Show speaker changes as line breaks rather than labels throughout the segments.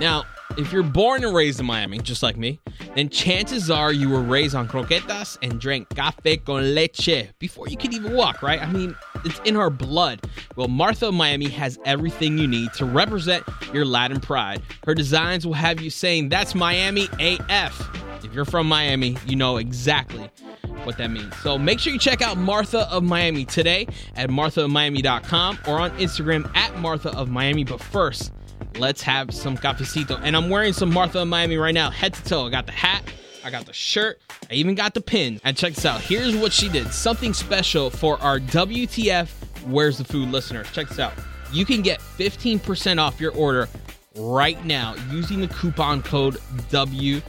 Now, if you're born and raised in Miami, just like me, then chances are you were raised on croquetas and drank cafe con leche before you could even walk, right? I mean, it's in our blood. Well, Martha of Miami has everything you need to represent your Latin pride. Her designs will have you saying, That's Miami AF. If you're from Miami, you know exactly what that means. So make sure you check out Martha of Miami today at marthaofmiami.com or on Instagram at Martha of Miami. But first, let's have some cafecito. And I'm wearing some Martha of Miami right now, head to toe. I got the hat, I got the shirt, I even got the pin. And check this out. Here's what she did. Something special for our WTF Where's the Food listeners. Check this out. You can get 15% off your order right now using the coupon code WTF.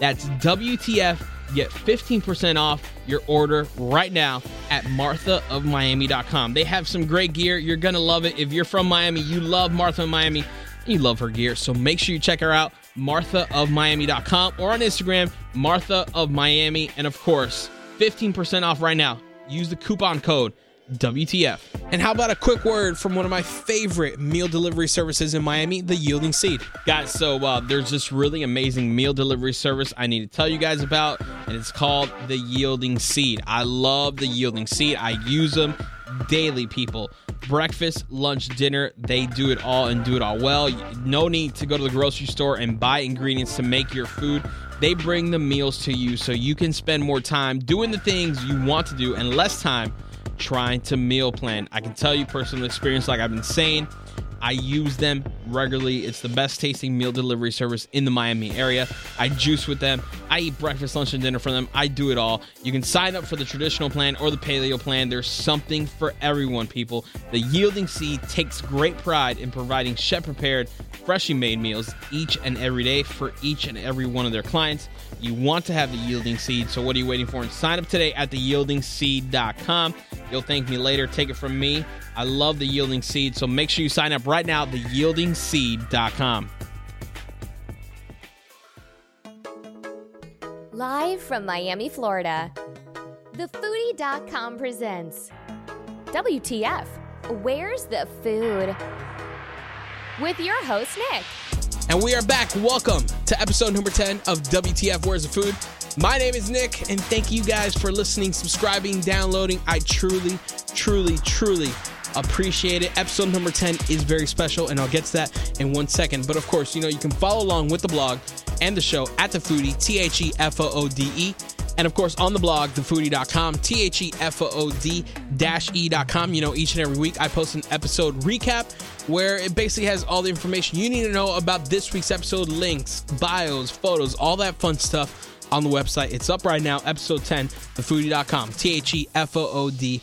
That's WTF get 15% off your order right now at marthaofmiami.com. They have some great gear. You're going to love it. If you're from Miami, you love Martha of Miami. You love her gear. So make sure you check her out, marthaofmiami.com or on Instagram, Martha of Miami. And of course, 15% off right now. Use the coupon code WTF.
And how about a quick word from one of my favorite meal delivery services in Miami, the Yielding Seed?
Guys, so uh, there's this really amazing meal delivery service I need to tell you guys about, and it's called the Yielding Seed. I love the Yielding Seed, I use them daily, people. Breakfast, lunch, dinner, they do it all and do it all well. No need to go to the grocery store and buy ingredients to make your food. They bring the meals to you so you can spend more time doing the things you want to do and less time trying to meal plan. I can tell you personal experience, like I've been saying, I use them regularly. It's the best tasting meal delivery service in the Miami area. I juice with them. I eat breakfast, lunch, and dinner for them. I do it all. You can sign up for the traditional plan or the paleo plan. There's something for everyone, people. The Yielding Seed takes great pride in providing chef prepared, freshly made meals each and every day for each and every one of their clients. You want to have the Yielding Seed, so what are you waiting for? And sign up today at theyieldingseed.com. You'll thank me later. Take it from me. I love the Yielding Seed, so make sure you sign up right now at theyieldingseed.com.
Live from Miami, Florida, TheFoodie.com presents WTF Where's the Food? With your host, Nick.
And we are back. Welcome to episode number 10 of WTF Where's the Food? My name is Nick, and thank you guys for listening, subscribing, downloading. I truly, truly, truly appreciate it. Episode number 10 is very special, and I'll get to that in one second. But of course, you know, you can follow along with the blog and the show at the foodie, T H E F O O D E. And of course, on the blog, thefoodie.com, T H E F O O D E.com. You know, each and every week I post an episode recap where it basically has all the information you need to know about this week's episode links, bios, photos, all that fun stuff on the website. It's up right now, episode 10, thefoodie.com, T H E F O O D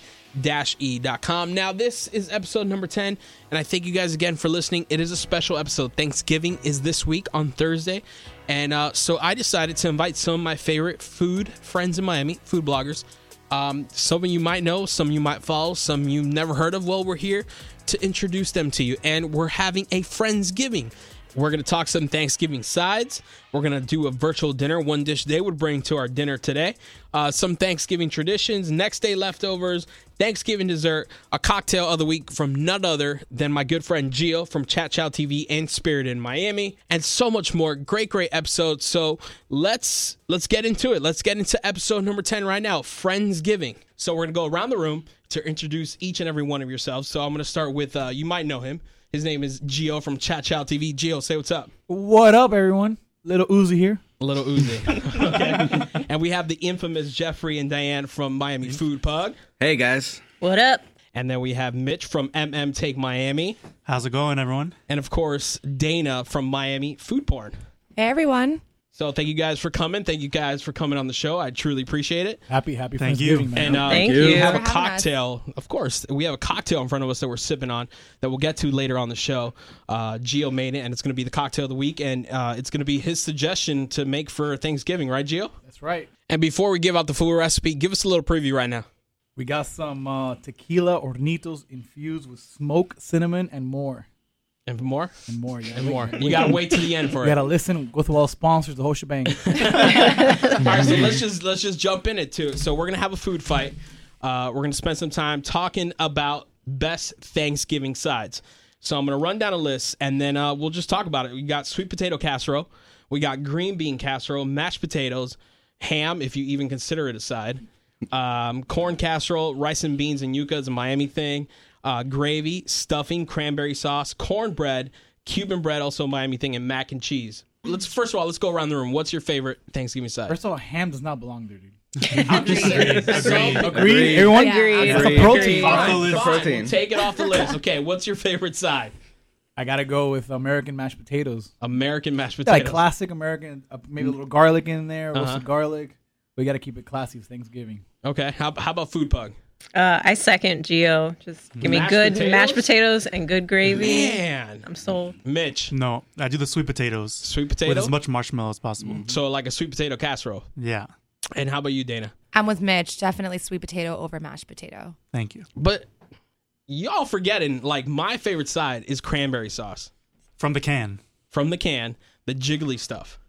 e.com. E Now, this is episode number 10, and I thank you guys again for listening. It is a special episode. Thanksgiving is this week on Thursday, and uh, so I decided to invite some of my favorite food friends in Miami, food bloggers. Um, some of you might know, some you might follow, some you never heard of. Well, we're here to introduce them to you, and we're having a Friendsgiving. We're going to talk some Thanksgiving sides. We're going to do a virtual dinner, one dish they would bring to our dinner today, uh, some Thanksgiving traditions, next day leftovers, Thanksgiving dessert, a cocktail of the week from none other than my good friend Gio from Chat Chow TV and Spirit in Miami, and so much more. Great, great episode. So let's let's get into it. Let's get into episode number 10 right now, Friendsgiving. So we're going to go around the room to introduce each and every one of yourselves. So I'm going to start with, uh, you might know him. His name is Gio from Chat Chow TV. Gio, say what's up.
What up, everyone? Little Uzi here.
Little Uzi. okay. and we have the infamous Jeffrey and Diane from Miami Food Pug.
Hey guys.
What up?
And then we have Mitch from MM Take Miami.
How's it going, everyone?
And of course, Dana from Miami Food Porn.
Hey, everyone.
So thank you guys for coming. Thank you guys for coming on the show. I truly appreciate it.
Happy, happy
Thank
Friendsgiving,
you.
man.
And uh,
Thank
we
you.
have a
Thanks for having
cocktail, of course. We have a cocktail in front of us that we're sipping on that we'll get to later on the show. Uh, Gio made it, and it's going to be the cocktail of the week, and uh, it's going to be his suggestion to make for Thanksgiving, right, Gio?
That's right.
And before we give out the full recipe, give us a little preview right now.
We got some uh, tequila hornitos infused with smoke, cinnamon, and more.
And more,
And more, yeah.
and more. You got to wait to the end for
We
it.
gotta listen, go through all sponsors, the whole shebang.
All right, so let's just let's just jump in it too. So we're gonna have a food fight. Uh, we're gonna spend some time talking about best Thanksgiving sides. So I'm going to run down a list and then uh, we'll just talk about it. We got sweet potato casserole, we got green bean casserole, mashed potatoes, ham, if you even consider it a side, um, corn casserole, rice and beans and yuca is a Miami thing, uh, gravy, stuffing, cranberry sauce, cornbread, Cuban bread, also a Miami thing, and mac and cheese. Let's first of all, let's go around the room. What's your favorite Thanksgiving side?
First of all, ham does not belong there, dude.
Agreed.
Agree, everyone.
Yeah. Agree.
It's a
Agree.
protein.
Off the
Fine,
list. Protein.
Take it off the list. Okay, what's your favorite side?
I gotta go with American mashed potatoes.
American mashed
Yeah, like
potatoes.
classic American, uh, maybe a little garlic in there, roasted garlic. We got to keep it classy with Thanksgiving.
okay, how, how about food pug?
Uh, I second Geo. Just give me
Mashed
good
potatoes?
mashed potatoes and good gravy.
Man,
I'm sold.
Mitch,
No, I do the sweet potatoes.
Sweet
With
potato? Mm-hmm.
as much marshmallow as possible.
so like a sweet potato casserole.
Yeah.
And how about you, Dana?
I'm with Mitch. Definitely sweet potato over mashed potato.
Thank you.
But y'all forgetting, like my favorite side is cranberry sauce
From the can.
from the can, the jiggly stuff.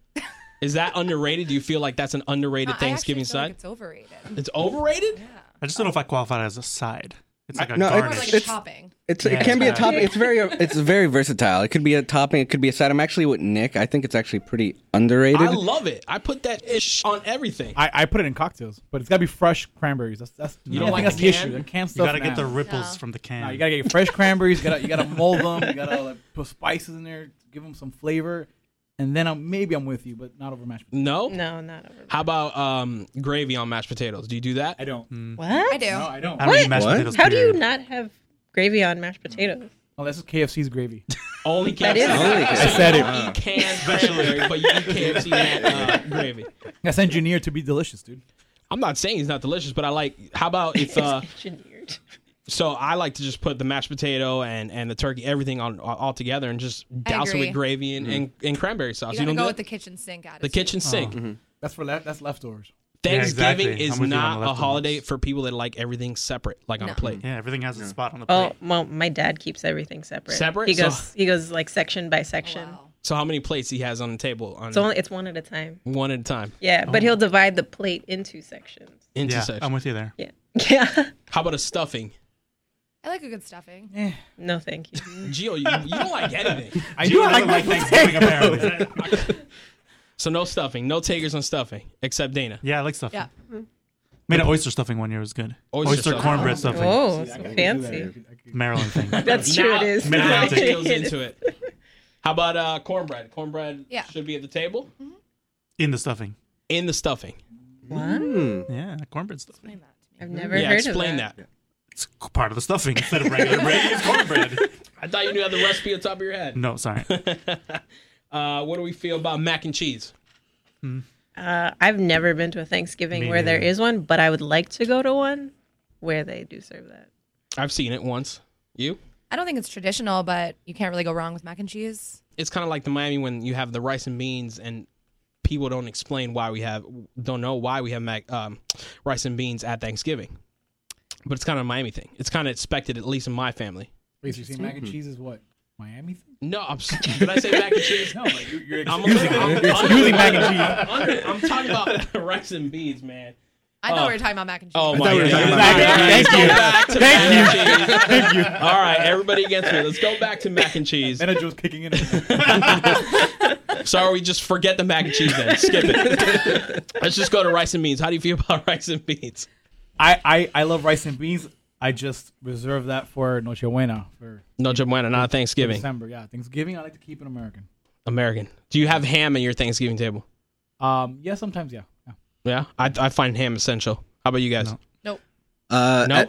Is that underrated? Do you feel like that's an underrated
I
Thanksgiving
actually feel like
side?
it's overrated.
it's overrated.
I just don't know if I qualify it as a side. It's like a
no,
More
garnish.
like a
It's-
topping.
It's,
Yeah,
it can be a
it's
topping. It's very it's very versatile. It could be a topping. It could be a side. I'm actually with Nick. I think it's actually pretty underrated.
I love it. I put that ish on everything.
I, I put it in cocktails, but it's got to be fresh cranberries. That's that's you
don't
I
like
think that's
the
the
can?
issue. The canned
you
stuff.
gotta get the
nah.
ripples from the can.
Nah, you gotta get fresh cranberries. You gotta you gotta mold them. You gotta like, put spices in there, give them some flavor, and then I'm, maybe I'm with you, but not over mashed potatoes.
No.
No, not over.
How about um, gravy on mashed potatoes? Do you do that?
I don't.
What?
I do.
No, Hmm. I don't.
I don't eat
What?
mashed
What?
potatoes.
How do you
period.
not have gravy on mashed potatoes?
Oh, that's KFC's gravy.
Only KFC.
is-
I
Holy cow.
said
You
it.
eat canned cranberry, but you eat KFC mac, uh, gravy.
That's engineered to be delicious, dude.
I'm not saying it's not delicious, but I like. How about if uh,
Engineered.
So I like to just put the mashed potato and, and the turkey, everything on all together, and just douse it
agree.
with gravy and, and,
Mm-hmm.
and cranberry sauce.
You
You,
gotta
don't
go
do
with
it?
the kitchen sink attitude.
the kitchen sink.
That's for le- that's leftovers.
Thanksgiving
Yeah, exactly.
is
Mm-hmm. I'm with you on
not
the
a
leftovers.
holiday for people that like everything separate, like on a plate.
Yeah, everything has a spot on the plate.
Oh well, my dad keeps everything separate.
Separate?
He
So-
goes. He goes like section by section.
Oh, Wow.
So how many plates he has on the table? On
It's only it's one at a time.
one at a time.
Yeah,
Oh.
but he'll divide the plate into sections.
Into
yeah,
section.
I'm with you there.
Yeah. Yeah.
how about a stuffing?
I like a good stuffing.
No, thank you.
Gio, you, you don't like anything.
I do like,
like Thanksgiving apparently.
So no stuffing, no takers on stuffing, except Dana.
yeah, I like stuffing.
Yeah.
Made an oyster stuffing one year it was good.
Oyster
Oyster,
stuffing.
cornbread stuffing.
Oh, so fancy.
Maryland thing.
That's true.
Now-
It is.
Now
Mid-Atlantic.
Gio's into it. How about uh, cornbread? Cornbread
Yeah.
should be at the table
In the stuffing.
in the stuffing.
Yeah, cornbread stuffing.
I've never
yeah,
heard
explain
of
that.
It's part of the stuffing instead of regular bread. It's cornbread.
I thought you knew the recipe on top of your head.
No, sorry.
Uh, what do we feel about mac and cheese?
Uh, I've never been to a Thanksgiving
Me
where there
neither.
is one, but I would like to go to one where they do serve that.
I've seen it once. You?
I don't think it's traditional, but you can't really go wrong with mac and cheese.
It's kind of like the Miami when you have the rice and beans, and people don't explain why we have, don't know why we have mac, um, rice and beans at Thanksgiving. But it's kind of a Miami thing. It's kind of expected, at least in my family.
Wait, so you're saying mac and cheese is what? Miami thing?
No, I'm. s- Did I say mac and cheese?
No, but you're, you're
I'm
excusing
I'm-
it.
I'm-
Excusing mac and cheese.
Under- I'm talking about rice and beans, man.
I know
Oh.
we were talking about mac and cheese.
Oh
thought
my
we were
god!
talking about
mac and cheese.
Back to
Thank
mac
you.
and cheese.
Thank you.
All right, everybody gets me. Let's go back to mac and cheese.
Manager was kicking in.
Sorry, we just forget the mac and cheese then. Skip it. Let's just go to rice and beans. How do you feel about rice and beans?
I, I, I love rice and beans. I just reserve that for Noche Buena for
No, bueno, not Thanksgiving.
December. Yeah, Thanksgiving. I like to keep it American.
American. Do you have ham at your Thanksgiving table?
Um, yeah, sometimes yeah. yeah.
Yeah, I, I find ham essential. How about you guys? No,
Nope.
Uh,
no,
I-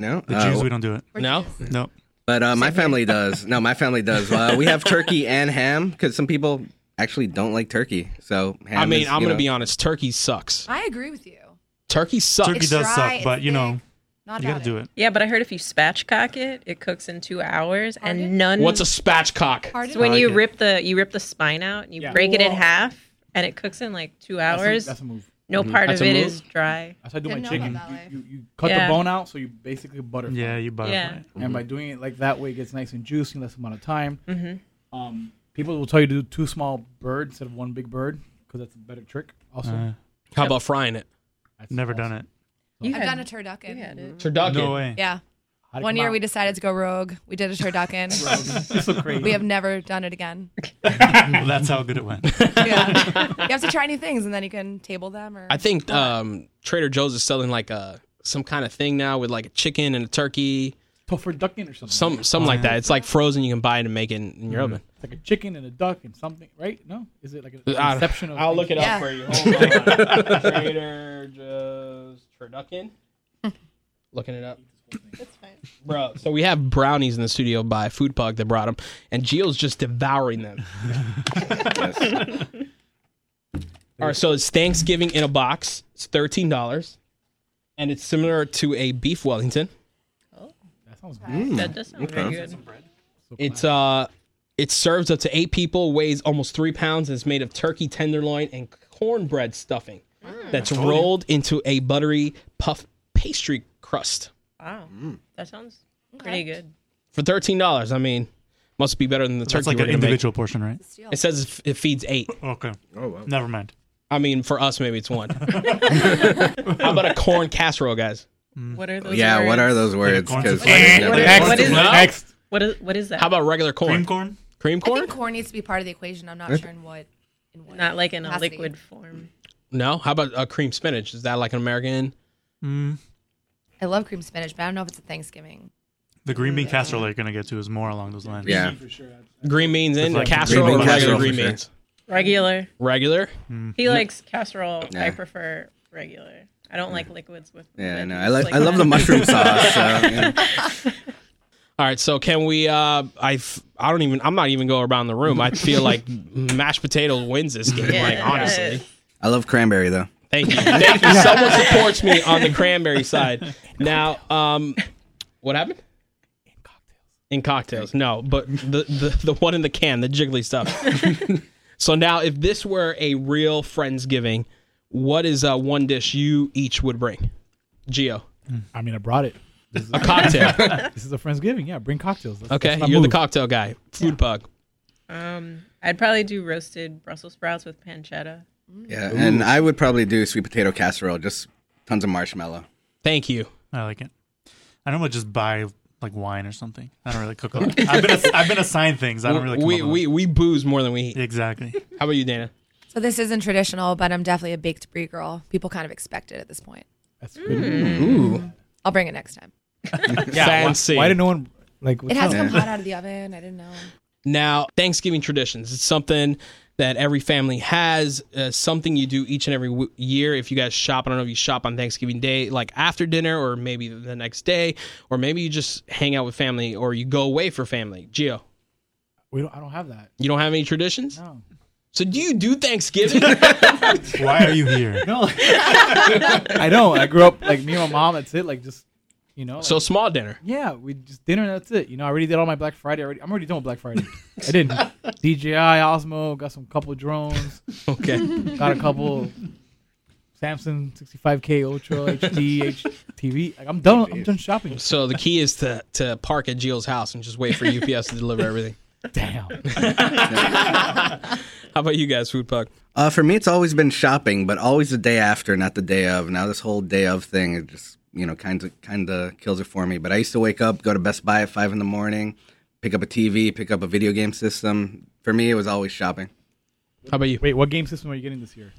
no.
The
Uh,
Jews, we don't do it.
Oh.
No.
But uh, my family does. No, my family does. Uh, we have turkey and ham because some people actually don't like turkey. So ham
I mean,
is,
I'm
you
gonna
know-
be honest. Turkey sucks.
I agree with you.
Turkey sucks.
Turkey
It's
does
dry,
suck,
it's
but you know,
thick. Not
you
about
gotta do it.
Yeah, but I heard if you spatchcock it, it cooks in two hours, and
Pardon?
none.
What's a spatchcock?
Pardon?
So when
I
you
like it.
rip the you rip the spine out and you
Yeah.
break it in
Whoa.
half, and it cooks in like two
That's a-
hours.
That's a, move.
no part
That's
of
a
it
move?
is dry.
That's how I do my
Didn't know about
chicken.
that life.
You, you, you cut
Yeah.
the bone out, so you basically butterfly.
Yeah, you butterfly.
Yeah.
it.
And by doing it like that way, it gets nice and juicy in less amount of time. Um, people will tell you to do two small birds instead of one big bird because that's a better trick. Also,
How about frying it?
That's
Never done
awesome.
it.
You
I've
had,
done a turducken.
you had it.
Turducken.
No way.
Yeah.
How'd it
One
come
year
out?
we decided to go rogue. We did a turducken.
This look crazy.
we have never done it again.
Well, that's how good it went.
Yeah. you have to try new things and then you can table them or
I think um, Trader Joe's is selling like a some kind of thing now with like a chicken and a turkey,
Tougher ducking or something.
some something like that. It's like frozen. You can buy it and make it in, in your oven.
It's like a chicken and a duck and something, right? No, is it like an
I-
inception of?
I'll look it up
Yeah.
for you. Hold on. Trader Joe's turducken.
Looking it up.
That's fine.
Bro,
So we have brownies in the studio by Food Pug that brought them, and Gio's just devouring them.
Yes.
All right, so it's Thanksgiving in a box. It's thirteen dollars, and it's similar to a beef Wellington.
That sounds good.
That does sound very good.
It's uh, it serves up to eight people, weighs almost three pounds, and is made of turkey tenderloin and cornbread stuffing that's rolled into a buttery puff pastry crust
Wow.
Mm.
That sounds pretty good.
for thirteen dollars. I mean, must be better than the
That's
turkey.
like
we're
an
gonna make.
individual portion, right?
It says it f- it feeds eight.
Okay.
Oh wow.
Never mind.
I mean, for us, maybe it's one. How about a corn casserole, guys?
What are those?
Yeah. What
words?
are those words?
corn
'Cause
flakes.
I
What
never-
is-
Next,
what is that?
next.
What is what is that?
How about regular corn?
Cream corn?
Cream
I
corn?
think corn needs to be part of the equation. I'm not sure in what in what
not like in a
capacity.
liquid form?
No. How about uh, cream spinach? Is that like an American?
I love cream spinach, but I don't know if it's a Thanksgiving.
The green bean casserole that you're going to get to is more along those lines.
Yeah.
Green beans in
It's like
casserole or
green bean
regular
casserole
green
for sure.
beans?
Regular.
Regular.
He likes casserole. I
Yeah.
prefer regular. I don't like liquids with.
Yeah.
with
No. I like. I love
that.
the mushroom sauce. So, yeah.
All right. So can we? Uh, I f- I don't even. I'm not even going around the room. I feel like mashed potato wins this game. Like
Yeah.
honestly.
I love cranberry though.
Thank you. Thank you. Someone supports me on the cranberry side. Now, um, what happened? In cocktails. In cocktails. No, but the, the, the one in the can, the jiggly stuff. so now, if this were a real Friendsgiving, what is uh, one dish you each would bring? Geo.
I mean, I brought it. This is
A
a,
cocktail.
this is a Friendsgiving. Yeah, bring cocktails. Let's-
Okay.
let's not
You're the
move.
cocktail guy. Food bug.
Um, I'd probably do roasted Brussels sprouts with pancetta.
Yeah. And I would probably do sweet potato casserole. Just tons of marshmallow.
Thank you.
I like it. I normally just buy like wine or something. I don't really cook. a lot. I've been ass- I've been assigned things. I don't really. Come
we,
up with
we, we booze more than we eat.
them. exactly.
How about you, Dana?
So this isn't traditional, but I'm definitely a baked brie girl. People kind of expect it at this point.
That's good.
Mm.
Ooh.
I'll bring it next time.
Yeah, Fancy.
Why did no one like? What's
It has
up?
come hot out of the oven. I didn't know.
Now, Thanksgiving traditions. It's something that every family has, uh, something you do each and every w- year. If you guys shop, I don't know if you shop on Thanksgiving Day, like after dinner, or maybe the next day, or maybe you just hang out with family or you go away for family. Gio,
We don't. I don't have that.
you don't have any traditions?
No.
So, do you do Thanksgiving?
Why are you here?
No. I don't. I grew up like me and my mom. That's it. Like just, you know.
so,
like-
small dinner.
yeah, we just dinner. and That's it. You know, I already did all my Black Friday. Already, I'm already done with Black Friday. I did DJI Osmo. Got some couple drones.
Okay.
Got a couple Samsung 65K Ultra HD HTV. Like, I'm done. I'm done shopping.
so, the key is to, to park at Gio's house and just wait for UPS to deliver everything.
Damn.
How about you guys, Food Puck?
Uh, for me, it's always been shopping, but always the day after, not the day of. Now this whole day of thing, it just you know kind of kind of kills it for me. But I used to wake up, go to Best Buy at five in the morning, pick up a TV, pick up a video game system. For me, it was always shopping.
How about you?
Wait, what game system are you getting this year?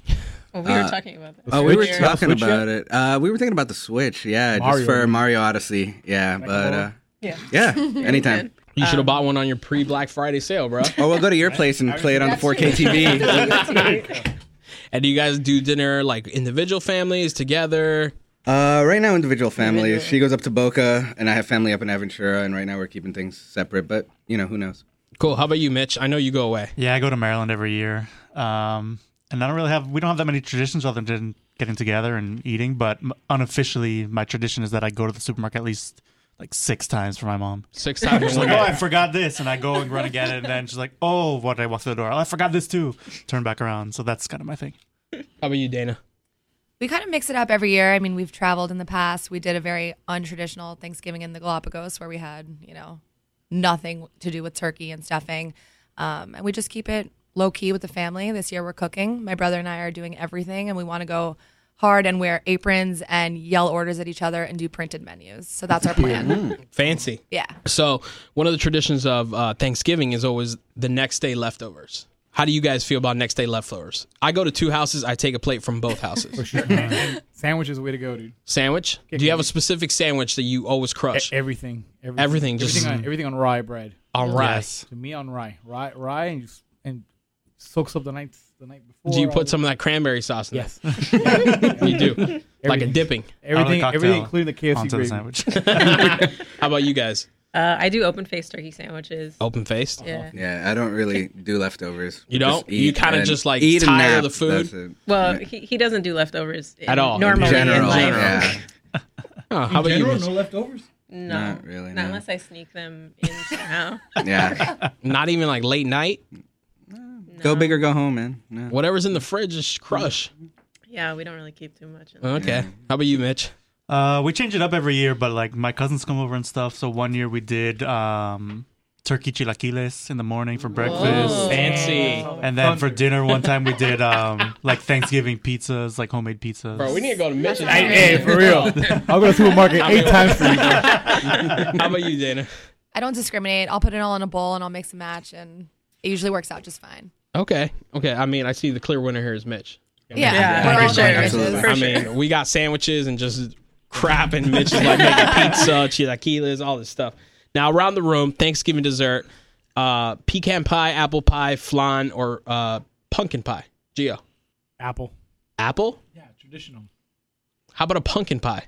Well, we were talking about that.
Oh, we were
earlier.
talking
Switch
about it. Uh, we were thinking about the Switch, yeah,
Mario.
just for Mario Odyssey, yeah. But
ball?
uh,
Yeah.
yeah, anytime.
You should have bought one on your pre Black Friday sale, bro.
Or we'll go to your place and play it on the 4K TV.
And do you guys do dinner like individual families together?
Uh, right now, individual family. She goes up to Boca, and I have family up in Aventura. And right now, we're keeping things separate. But you know, who knows?
Cool. How about you, Mitch? I know you go away.
Yeah, I go to Maryland every year, um, and I don't really have. We don't have that many traditions other than getting together and eating. But m- unofficially, my tradition is that I go to the supermarket at least like six times for my mom.
Six times
She's
in one
like, oh, I
day.
forgot this, and I go and run and get it, and then she's like, oh, what? I walk through the door. Oh, I forgot this too. Turn back around. So that's kind of my thing.
How about you, Dana?
We kind of mix it up every year. I mean, we've traveled in the past. We did a very untraditional Thanksgiving in the Galapagos where we had, you know, nothing to do with turkey and stuffing. Um, and we just keep it low key with the family. This year we're cooking. My brother and I are doing everything, and we want to go hard and wear aprons and yell orders at each other and do printed menus. So that's our plan.
Fancy.
yeah.
So one of the traditions of uh, Thanksgiving is always the next day leftovers. How do you guys feel about next day leftovers? I go to two houses. I take a plate from both houses.
Sandwich is the way to go, dude. E-,
sandwich? Do you have a specific sandwich that you always crush?
Everything. Everything.
Everything, just- Mm.
everything, on, everything on rye bread.
All right.
Yes.
To me, on rye, rye, rye, and, you, s- and soaks up the night the night before.
Do you put
uh,
some of that cranberry sauce in
Yes.
there? You do. like a
Everything.
dipping.
Everything,
cocktail
everything, including the KFC
onto the
gravy.
sandwich.
How about you guys?
Uh, I do open faced turkey sandwiches.
Open faced?
Yeah.
Oh, Yeah, I don't really do leftovers.
You
Just
don't? You
eat
kinda
and-
just, like,
eat and
tire of
nap.
the food?
That's it.
Well, he, he doesn't do leftovers in-
At all, in
normally in,
general,
life.
yeah,
Huh, how about you?
General,
Miss-
no leftovers.
No,
Not really,
Not
no.
unless I sneak them in somehow.
yeah.
Not even like late night?
Go big or go home, man. Yeah.
Whatever's in the fridge is crush.
yeah, we don't really keep too much. In there.
Okay. How about you, Mitch?
Uh, we change it up every year, but like my cousins come over and stuff. So one year we did um, turkey chilaquiles in the morning for
Oh.
breakfast,
Oh. Fancy.
and then for dinner one time we did um, like Thanksgiving pizzas, like homemade pizzas.
Bro, we need to go to Mitch's.
Hey, for real. I'll go to the supermarket eight times for you. bro.
How about you, Dana?
I don't discriminate. I'll put it all in a bowl and I'll mix and match and it usually works out just fine.
Okay. Okay. I mean, I see the clear winner here is Mitch.
Yeah.
Yeah,
We're
for
all
sure.
good
Absolutely.
bitches.
I mean, we got sandwiches and just crap, and Mitch is like making pizza, chilaquiles, all this stuff. Now around the room, Thanksgiving dessert: uh, pecan pie, apple pie, flan, or uh, pumpkin pie. Gio,
Apple.
apple?
Yeah, traditional.
How about a pumpkin pie?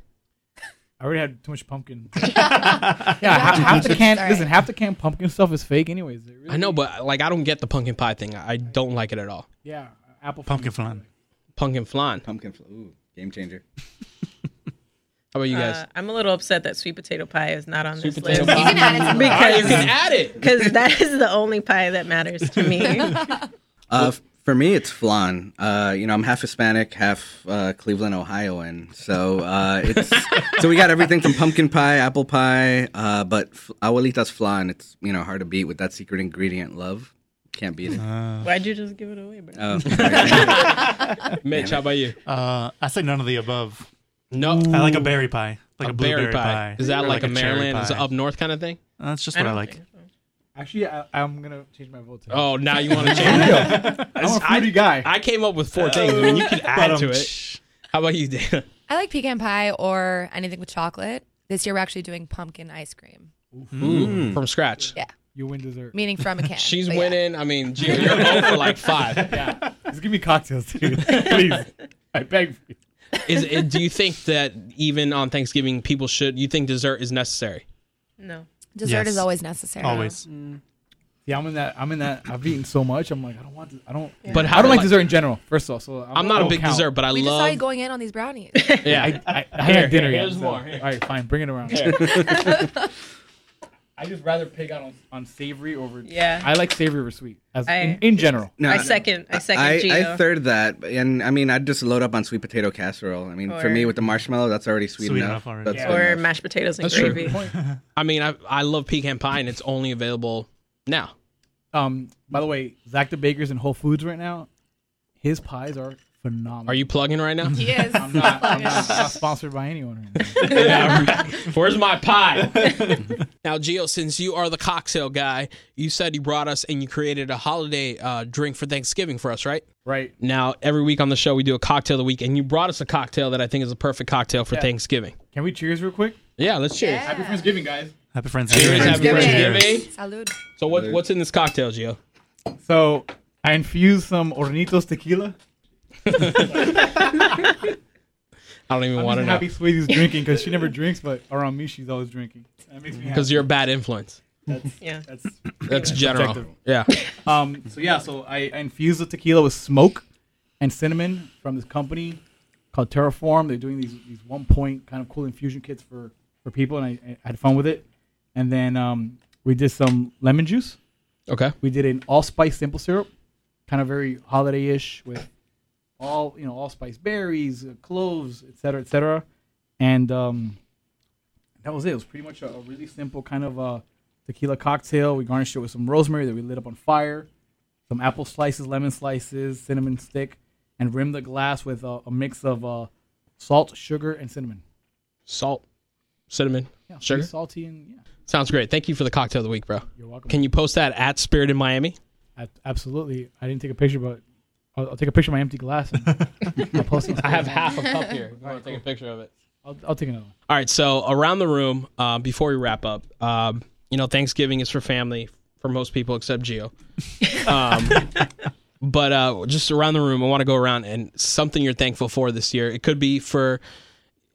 I already had too much pumpkin. yeah, half, half the can.
Sorry.
Listen, half the can pumpkin stuff is fake, anyways. It really-
I know, but like, I don't get the pumpkin pie thing. I I don't like it at all.
Yeah, uh, apple
Pumpkin flan.
Pumpkin flan. How
Pumpkin. fl- Ooh, game changer.
about you guys?
Uh, I'm a little upset that sweet potato pie is not on
Sweet
this
potato
list
pie.
You can add it to the
All right, you can
because
add it.
because that is the only pie that matters to me.
Uh, f- for me, it's flan. Uh, you know, I'm half Hispanic, half uh, Cleveland, Ohioan. So uh, it's so we got everything from pumpkin pie, apple pie, uh, but f- abuelita's flan. It's you know hard to beat with that secret ingredient, love. Can't beat it.
Why'd you just give it away, bro?
Oh,
Mitch, how about you?
Uh, I say none of the above.
No.
I like a berry pie, like
a
a,
berry
blueberry
pie. Is that
or
like, a
cherry
Maryland is
pie.
up north kind of thing?
That's just
I
what I
don't
like.
think so.
Actually, I, I'm gonna change my vote. Today.
Oh, now you want to change it?
I'm a fruity guy.
I came up with four things. I mean, you can add
um,
to it.
Ba-dum-tsh.
How about you, Dana?
I like pecan pie or anything with chocolate. This year we're actually doing pumpkin ice cream,
From scratch.
Yeah.
you win dessert.
meaning from a can.
She's
But yeah.
winning. I mean, Gio, you're over for like five.
Just give me cocktails, dude. Please, I beg. For you.
Is it, do you think that even on Thanksgiving, people should? You think dessert is necessary?
No.
Dessert
Yes.
is always necessary.
Always.
Mm.
Yeah, I'm in that. I'm in that. I've eaten so much. I'm like, I don't want. To, I don't.
But how
I don't like
I-
dessert in general. First of all, so I'm,
I'm not
I
a
don't
big
count.
dessert, but I
We just saw you
love.
going in on these brownies.
yeah,
I, I, I haven't had dinner
here,
yet.
here's
so-
more,
All
here.
right, fine. Bring it around. I just rather pig out on, on savory over.
Yeah.
I like savory over sweet as
I-
in, in general.
no,
I second. I second
I,
Gio.
I third that, and I mean, I'd just load up on sweet potato casserole. I mean, for
Or-
me with the marshmallow, that's already sweet,
Sweet
enough.
enough already.
That's
Yeah.
good
or
enough.
mashed potatoes and
That's true.
gravy.
I mean, I I love pecan pie, and it's only available now.
Um, by the way, Zach the Baker's in Whole Foods right now. His pies are phenomenal.
Are you plugging right now?
He is.
I'm not, I'm not, I'm not sponsored by anyone. Right now.
Where's my pie? now, Gio, since you are the cocktail guy, you said you brought us and you created a holiday uh, drink for Thanksgiving for us, right?
right.
Now, every week on the show, we do a cocktail of the week, and you brought us a cocktail that I think is a perfect cocktail for Thanksgiving.
Can we cheers real quick?
Yeah, let's cheers.
Happy Thanksgiving, guys.
Happy Friendsgiving.
Cheers, happy
Thanksgiving.
Thanksgiving.
Salud.
So, what, what's in this cocktail, Gio?
So I infused some Hornitos tequila.
I don't even
I'm
want
just
to
happy
know
Sweetie's drinking because she never drinks, but around me she's always drinking. That makes me happy.
because you're a bad influence.
Yeah.
That's,
That's general.
Subjective.
Yeah.
um, so yeah, so I, I infused the tequila with smoke and cinnamon from this company called Terraform. They're doing these these one point kind of cool infusion kits for for people, and I, I had fun with it. And then um, we did some lemon juice.
Okay.
We did an allspice simple syrup, kind of very holiday ish with all you know allspice berries, uh, cloves, etc., cetera, etc. Cetera. And um, that was it. It was pretty much a, a really simple kind of uh, tequila cocktail. We garnished it with some rosemary that we lit up on fire, some apple slices, lemon slices, cinnamon stick, and rimmed the glass with a, a mix of uh, salt, sugar, and cinnamon.
Salt, cinnamon,
Yeah,
sugar.
pretty salty and yeah,
Sounds great. Thank you for the cocktail of the week, bro.
you're welcome.
Can you post that at Spirit in Miami?
A- absolutely. I didn't take a picture, but I'll, I'll take a picture of my empty glass. And I'll post it.
I have half a cup here. You want to take a picture of it?
I'll, I'll take another one.
All right, so around the room, uh, before we wrap up, um, you know, Thanksgiving is for family for most people except Gio. Um, but uh, just around the room, I want to go around and something you're thankful for this year. It could be for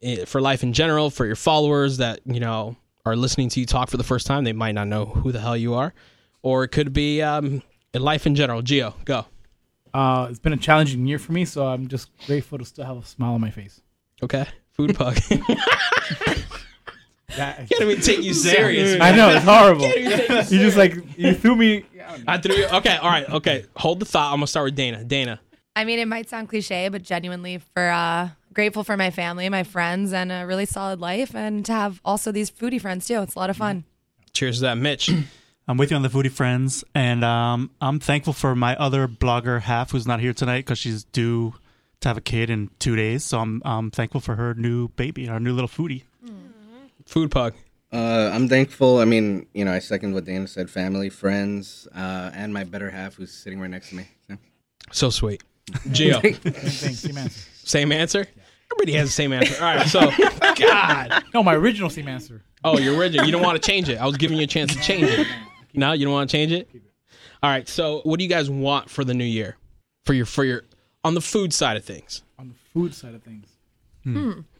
eh, for life in general, for your followers that you know are listening to you talk for the first time. They might not know who the hell you are, or it could be um, life in general. Gio, go.
Uh, it's been a challenging year for me, so I'm just grateful to still have a smile on my face.
Okay, food pug.
That,
Can't even take you serious.
I know it's horrible. you just like you threw me.
I threw you. Okay, all right, okay. Hold the thought. I'm gonna start with Dana. Dana.
I mean, it might sound cliche, but genuinely for uh, grateful for my family, my friends, and a really solid life, and to have also these foodie friends too. It's a lot of fun.
Cheers to that, Mitch.
I'm with you on the foodie friends, and um, I'm thankful for my other blogger half who's not here tonight because she's due to have a kid in two days. So I'm I'm thankful for her new baby, our new little foodie.
Food pug.
Uh, I'm thankful. I mean, you know, I second what Dana said: family, friends, uh, and my better half, who's sitting right next to me. So.
So sweet. Gio.
Thanks, Sea Master.
same answer? Everybody has the same answer. All right, so God.
No, my original Sea Master.
Oh, you're rigid. You don't want to change it. I was giving you a chance to change it. No, you don't want to change it? All right, so what do you guys want for the new year? For your for your on the food side of things.
on the food side of things.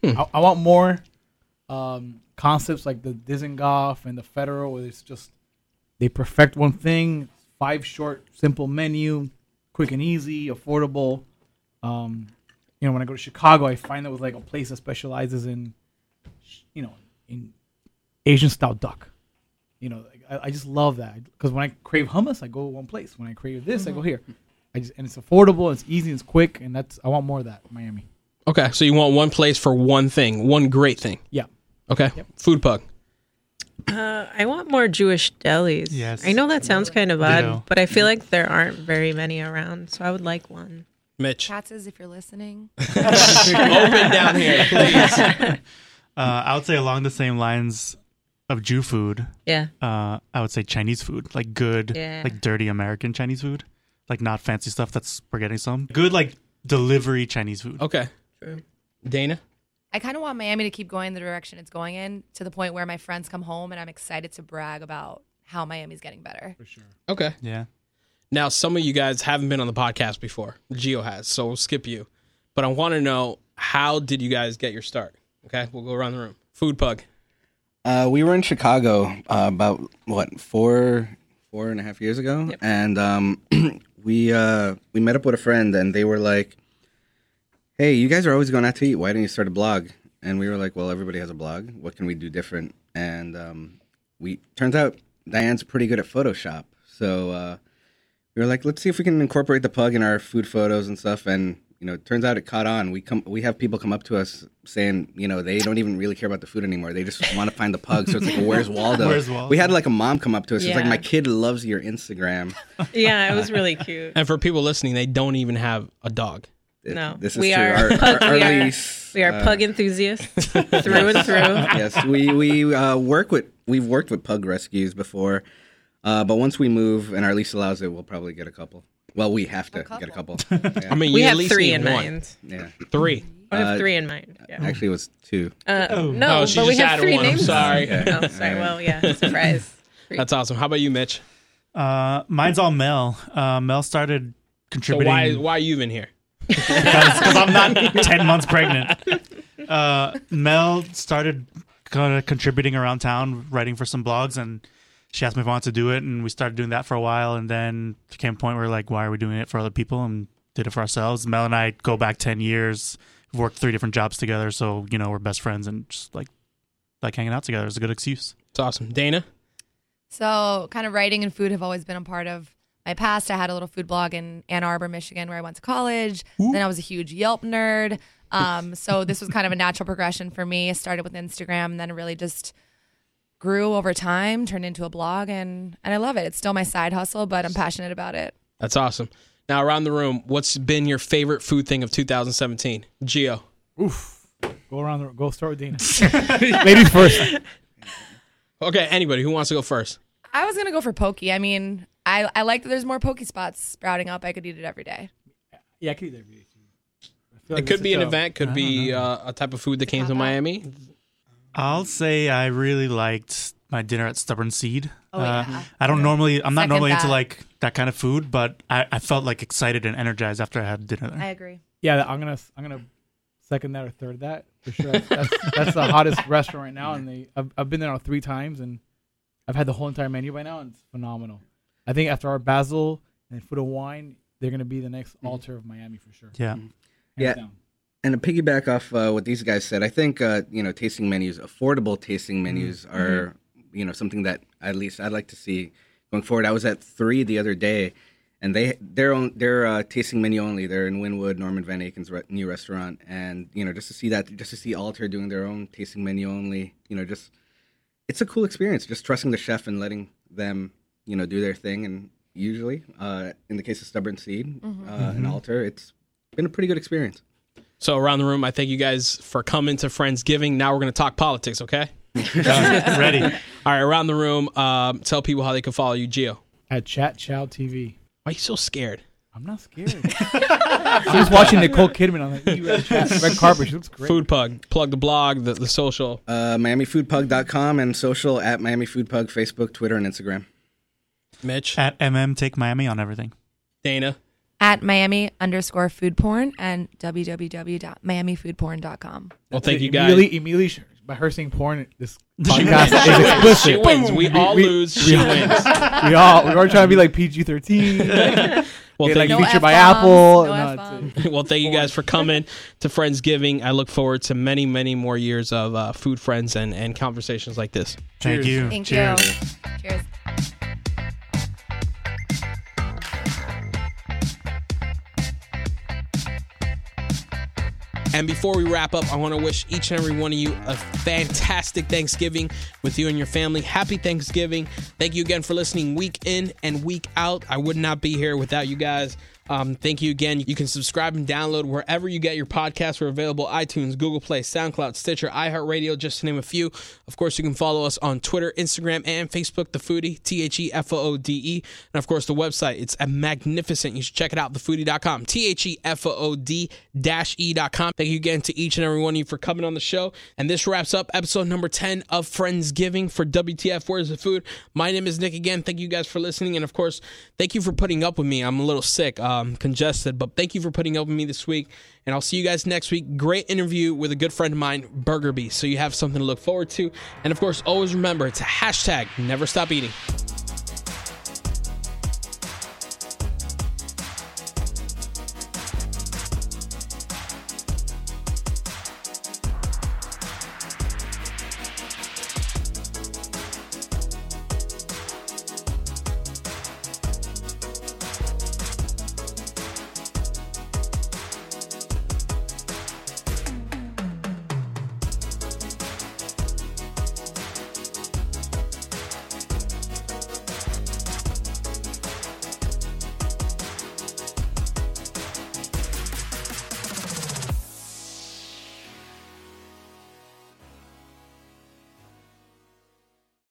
I, I want more um, concepts like the Dizengoff and the Federal, where it's just they perfect one thing, five short, simple menu, quick and easy, affordable. Um, you know, when I go to Chicago, I find that with like a place that specializes in, you know, in Asian style duck. You know, like, I, I just love that because when I crave hummus, I go one place. When I crave this, I go here. I just and it's affordable, it's easy, it's quick, and that's I want more of that, Miami.
Okay, so you want one place for one thing, one great thing.
Yeah.
Okay. Food pug.
Uh, I want more Jewish delis.
Yes.
I know that sounds kind of odd,
Ditto.
but I feel like there aren't very many around, so I would like one.
Mitch.
Katz's, if you're listening,
Open down here, please.
Uh, I would say along the same lines of Jew food,
Yeah.
uh, I would say Chinese food, like good,
Yeah.
like dirty American Chinese food, like not fancy stuff. That's we're getting some good, like delivery Chinese food.
Okay. Dana?
I kind of want Miami to keep going the direction it's going in to the point where my friends come home and I'm excited to brag about how Miami's getting better.
Okay.
Yeah,
Now, some of you guys haven't been on the podcast before. Geo has, so we'll skip you. But I want to know how did you guys get your start? Okay, we'll go around the room. Food pug.
Uh, we were in Chicago uh, about what four four and a half years ago, and um, we uh, we met up with a friend, and they were like, "Hey, you guys are always going out to eat. Why don't you start a blog?" And we were like, "Well, everybody has a blog. What can we do different?" And um, we turns out Diane's pretty good at Photoshop, so uh, we were like, "Let's see if we can incorporate the pug in our food photos and stuff." And you know, it turns out it caught on. We come, we have people come up to us saying, you know, they don't even really care about the food anymore. They just want to find the pug. So it's like, "Where's Waldo?"
Where's Waldo?
We had like a mom come up to us. It's like,
Yeah.
"My kid loves your Instagram."
Yeah, it was really cute.
And for people listening, they don't even have a dog.
No,
this is
we
true.
are
Our,
pug-
our, our
we are-
lease,
We are
uh,
pug enthusiasts through and through.
yes, we we uh, work with we've worked with pug rescues before, uh, but once we move and our lease allows it, we'll probably get a couple. Well, we have to get a couple.
I mean,
We
you at
have
least
three
need
in
one.
mind.
Yeah,
Three.
We have
Uh,
three in mind. Yeah.
actually, it was two.
Uh,
Oh,
no,
she
but we
just
have
added
three
one. I'm
names.
sorry.
Oh, sorry. Well, yeah. Surprise.
That's awesome. How about you, Mitch?
uh, mine's all Mel. Uh, Mel
So
started contributing.
why why are you even here?
because I'm not 10 months pregnant. Uh, Mel started kind of contributing around town, writing for some blogs, and she asked me if I wanted to do it, and we started doing that for a while, and then it came a point where like, why are we doing it for other people? And did it for ourselves. Mel and I go back 10 years. We've worked three different jobs together, so you know we're best friends, and just like like hanging out together is a good excuse.
It's awesome. Dana?
So, kind of writing and food have always been a part of my past. I had a little food blog in Ann Arbor, Michigan, where I went to college. Then I was a huge Yelp nerd. Um, so, this was kind of a natural progression for me. I started with Instagram, and then really just grew over time, turned into a blog, and, and I love it. It's still my side hustle, but I'm passionate about it.
That's awesome. Now around the room, what's been your favorite food thing of 2017? Geo.
Oof. Go around. The, go start with Dana. Ladies first.
Okay, anybody who wants to go first?
I was gonna go for pokey. I mean, I, I like that there's more pokey spots sprouting up. I could eat it every day.
Yeah, I could eat every day. I feel
It
like
could
it's
be an
such a-
event, could be uh, a type of food that came to Miami.
I'll say I really liked my dinner at Stubborn Seed. Uh,
Oh, yeah.
I don't normally, I'm not
Second
normally into
that.
like that kind of food, but I, I felt like excited and energized after I had dinner there.
I agree.
Yeah, I'm gonna I'm gonna second that or third that for sure. That's that's, that's the hottest restaurant right now, and they I've, I've been there now three times, and I've had the whole entire menu by now, and it's phenomenal. I think after our Basil and Food and Wine, they're gonna be the next altar of Miami for sure.
yeah.
Hands
Yeah.
down.
and to piggyback off uh, what these guys said, I think uh, you know tasting menus, affordable tasting menus are you know something that at least I'd like to see going forward. I was at three the other day, and they their own their uh, tasting menu only. They're in Wynwood, Norman Van Aken's re- new restaurant, and you know just to see that, just to see Alter doing their own tasting menu only. You know, just it's a cool experience. Just trusting the chef and letting them you know do their thing. And usually, uh, in the case of Stubborn Seed uh, and Alter, it's been a pretty good experience.
So around the room, I thank you guys for coming to Friendsgiving. Now we're going to talk politics, okay?
Uh, ready.
All right, around the room, um, tell people how they can follow you, Gio.
At Chat Chow TV.
Why are you so scared?
I'm not scared. so he's watching Nicole Kidman on the E EU red, chat- red carpet. She looks great.
Food Pug, plug the blog, the, the social.
Uh, MiamiFoodPug.com and social at MiamiFoodPug, Facebook, Twitter, and Instagram.
Mitch,
At MM Take Miami on everything.
Dana,
At Miami underscore food porn and www.miamifoodporn.com.
well,
That's
thank
it.
you guys.
Immediately, immediately sh- by her seeing porn, this podcast is explicit.
She wins. We all lose. She wins.
We all we are trying to be like PG thirteen.
Well,
Get,
thank
like
you.
No
featured by
F-bombs,
Apple.
no
it's-
F-bombs.
well, thank you guys for coming to Friendsgiving. I look forward to many, many more years of uh, food friends and, and conversations like this.
Thank you.
Thank
Cheers.
you. Cheers.
And before we wrap up, I want to wish each and every one of you a fantastic Thanksgiving with you and your family. Happy Thanksgiving. Thank you again for listening week in and week out. I would not be here without you guys. Um, thank you again. You can subscribe and download wherever you get your podcasts. We're available iTunes, Google Play, SoundCloud, Stitcher, iHeartRadio, just to name a few. Of course, you can follow us on Twitter, Instagram, and Facebook, The Foodie, T H E F O O D E. And of course, the website, it's a magnificent. You should check it out, thefoodie.com, T H E F O O D E.com. Thank you again to each and every one of you for coming on the show. And this wraps up episode number 10 of Friendsgiving for WTF Where's the Food. My name is Nick again. Thank you guys for listening. And of course, thank you for putting up with me. I'm a little sick, um, congested, but thank you for putting up with me this week. And I'll see you guys next week. Great interview with a good friend of mine, Burger Bee. So you have something to look forward to. And of course, always remember to hashtag never stop eating.